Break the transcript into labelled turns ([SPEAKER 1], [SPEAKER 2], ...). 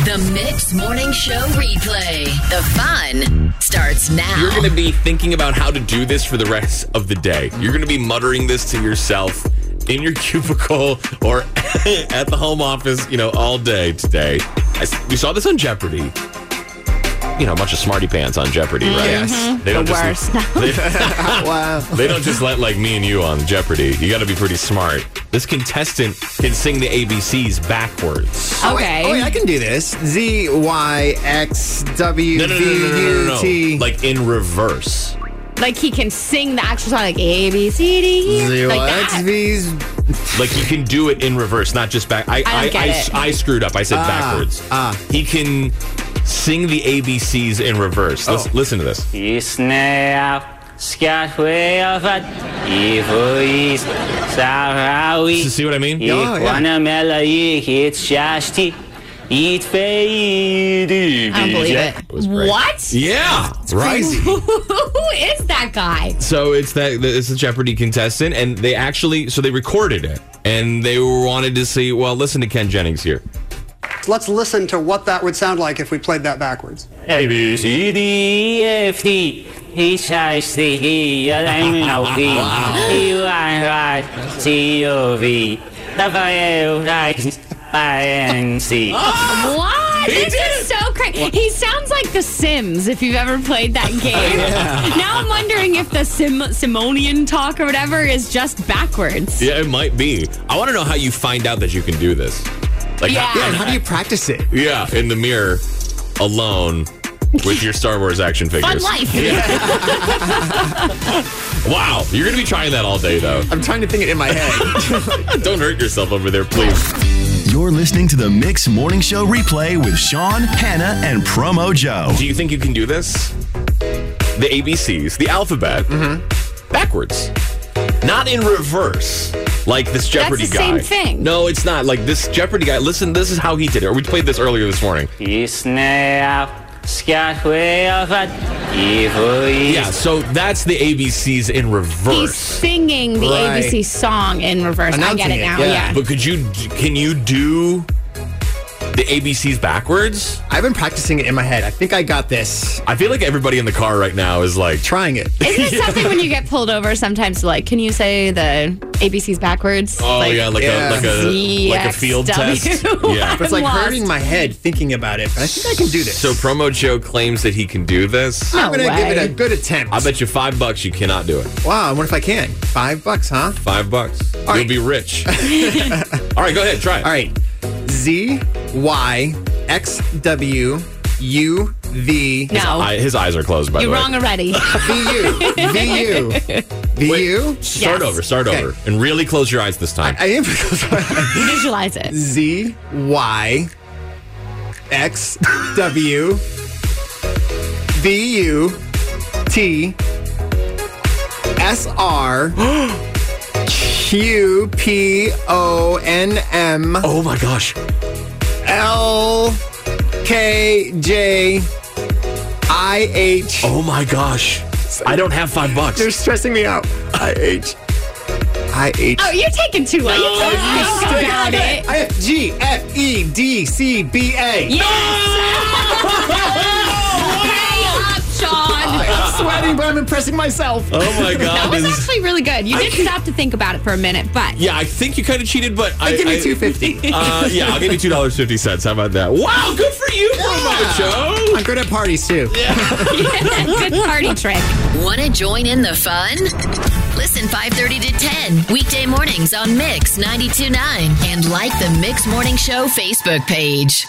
[SPEAKER 1] The Mix Morning Show replay. The fun starts now.
[SPEAKER 2] You're going to be thinking about how to do this for the rest of the day. You're going to be muttering this to yourself in your cubicle or at the home office, you know, all day today. I s- we saw this on Jeopardy. You know, a bunch of smarty pants on Jeopardy, right? Yes. They don't
[SPEAKER 3] The
[SPEAKER 2] just they, they don't just let like me and you on Jeopardy. You got to be pretty smart. This contestant can sing the ABCs backwards.
[SPEAKER 4] Oh, wait,
[SPEAKER 3] Okay.
[SPEAKER 4] Oh, wait, I can do this. Z Y X W
[SPEAKER 2] No, no, no, no, no, no,
[SPEAKER 4] V
[SPEAKER 2] no,
[SPEAKER 4] U T.
[SPEAKER 2] no. Like in reverse.
[SPEAKER 3] Like he can sing the actual song, like A B C D, E,
[SPEAKER 4] Zero
[SPEAKER 3] like
[SPEAKER 4] X
[SPEAKER 3] that.
[SPEAKER 4] V's.
[SPEAKER 2] Like he can do it in reverse, not just back. I
[SPEAKER 3] I don't
[SPEAKER 2] I,
[SPEAKER 3] get it.
[SPEAKER 2] I, I screwed up. I said backwards.
[SPEAKER 4] ah.
[SPEAKER 2] He can sing the ABCs in reverse. Let's
[SPEAKER 4] Oh.
[SPEAKER 2] listen to this.
[SPEAKER 5] Isnea, Skatweavat, Ivois, Sarawi.
[SPEAKER 2] See what I mean?
[SPEAKER 4] Yeah, yeah.
[SPEAKER 5] Ikwanamela, Ikits Shashti, Itfeidi.
[SPEAKER 3] I don't believe
[SPEAKER 2] It was great.
[SPEAKER 3] it. What?
[SPEAKER 2] Yeah, right.
[SPEAKER 3] Who is that guy?
[SPEAKER 2] So it's that it's the Jeopardy contestant, and they actually so they recorded it, and they wanted to see. Well, listen to Ken Jennings here.
[SPEAKER 6] Let's listen to what that would sound like if we played that backwards.
[SPEAKER 5] A, B, C, D, E, F, D. H, I, C, E, L, M, N, O, P, Q, R, S, T, U, V, W, X, Y, and Z.
[SPEAKER 3] What?
[SPEAKER 2] He
[SPEAKER 3] this
[SPEAKER 2] did
[SPEAKER 3] is so crazy. He sounds like The Sims if you've ever played that game. Now I'm wondering if the Sim- Simonian talk or whatever is just backwards.
[SPEAKER 2] Yeah, it might be. I want to know how you find out that you can do this. Like,
[SPEAKER 3] Yeah.
[SPEAKER 4] Yeah, and how do you practice it?
[SPEAKER 2] yeah, in the mirror, alone with your Star Wars action
[SPEAKER 3] Fun
[SPEAKER 2] figures.
[SPEAKER 3] life.
[SPEAKER 2] Wow, you're gonna be trying that all day though.
[SPEAKER 4] I'm trying to think it in my head.
[SPEAKER 2] Don't hurt yourself over there, please.
[SPEAKER 7] You're listening to the Mix Morning Show replay with Sean, Hannah, and Promo Joe.
[SPEAKER 2] Do you think you can do this? The ABCs, the alphabet, Mm-hmm. backwards, not in reverse, like this Jeopardy
[SPEAKER 3] the
[SPEAKER 2] guy.
[SPEAKER 3] same thing.
[SPEAKER 2] No, it's not. Like this Jeopardy guy. Listen, this is how he did it. Or we played this earlier this morning.
[SPEAKER 5] Isnea, Skatweavat, Ivois.
[SPEAKER 2] Yeah. So that's the ABCs in
[SPEAKER 3] He's
[SPEAKER 2] reverse.
[SPEAKER 3] singing the
[SPEAKER 4] Right.
[SPEAKER 3] ABC song in reverse. I
[SPEAKER 4] Announcing
[SPEAKER 3] get
[SPEAKER 4] it,
[SPEAKER 3] it now.
[SPEAKER 4] yeah.
[SPEAKER 3] Yeah.
[SPEAKER 2] But could you? Can you do the ABCs backwards?
[SPEAKER 4] I've been practicing it in my head. I think I got this.
[SPEAKER 2] I feel like everybody in the car right now is like.
[SPEAKER 4] Trying it.
[SPEAKER 3] Isn't it something when you get pulled over sometimes? Like, can you say the ABCs backwards?
[SPEAKER 2] Oh yeah, like
[SPEAKER 4] yeah.
[SPEAKER 2] a like a like a field test.
[SPEAKER 3] ZXW.
[SPEAKER 2] Yeah.
[SPEAKER 4] But it's like
[SPEAKER 3] I'm lost.
[SPEAKER 4] hurting my head thinking about it. But I think I can do this.
[SPEAKER 2] So promo Joe claims that he can do this.
[SPEAKER 3] No
[SPEAKER 4] I'm gonna give
[SPEAKER 3] way.
[SPEAKER 4] it a good attempt.
[SPEAKER 2] I bet you five bucks you cannot do it.
[SPEAKER 4] Wow, I wonder if I can. Five bucks, huh?
[SPEAKER 2] Five bucks. You'll
[SPEAKER 4] right.
[SPEAKER 2] be rich. All right, go ahead, try it.
[SPEAKER 4] All right. Z Y X W U V
[SPEAKER 3] No,
[SPEAKER 2] I- his eyes are closed, by
[SPEAKER 3] you're
[SPEAKER 2] the way.
[SPEAKER 3] wrong already.
[SPEAKER 4] V U V U V U.
[SPEAKER 2] Start
[SPEAKER 3] Yes.
[SPEAKER 2] over, start
[SPEAKER 4] Okay.
[SPEAKER 2] over. And really close your eyes this time.
[SPEAKER 4] I am
[SPEAKER 3] Visualize it.
[SPEAKER 4] Z Y X W V U T S R Q P O N M
[SPEAKER 2] oh my gosh.
[SPEAKER 4] L K J I H.
[SPEAKER 2] Oh my gosh. I don't have five bucks.
[SPEAKER 4] They're stressing me out. I H. I H.
[SPEAKER 3] Oh, you're taking too long. you
[SPEAKER 2] No, you
[SPEAKER 3] can't think about it.
[SPEAKER 4] I F G F E D C B A.
[SPEAKER 3] Yes. Pay up, Sean.
[SPEAKER 4] I'm sweating, but I'm impressing myself.
[SPEAKER 2] oh my
[SPEAKER 3] That
[SPEAKER 2] god.
[SPEAKER 3] was
[SPEAKER 2] this is-
[SPEAKER 3] actually really good. You did stop to think about it for a minute, but
[SPEAKER 2] yeah, I think you kind of cheated, but I,
[SPEAKER 4] Give
[SPEAKER 2] I-
[SPEAKER 4] me two fifty.
[SPEAKER 2] Uh, yeah, I'll give you two dollars fifty cents. How about that? Wow, good for you, promo Joe.
[SPEAKER 4] I'm good at parties too.
[SPEAKER 3] good party trick.
[SPEAKER 1] Want to join in the fun? Listen 5:30 to 10 weekday mornings on Mix 92.9 and like the Mix Morning Show Facebook page.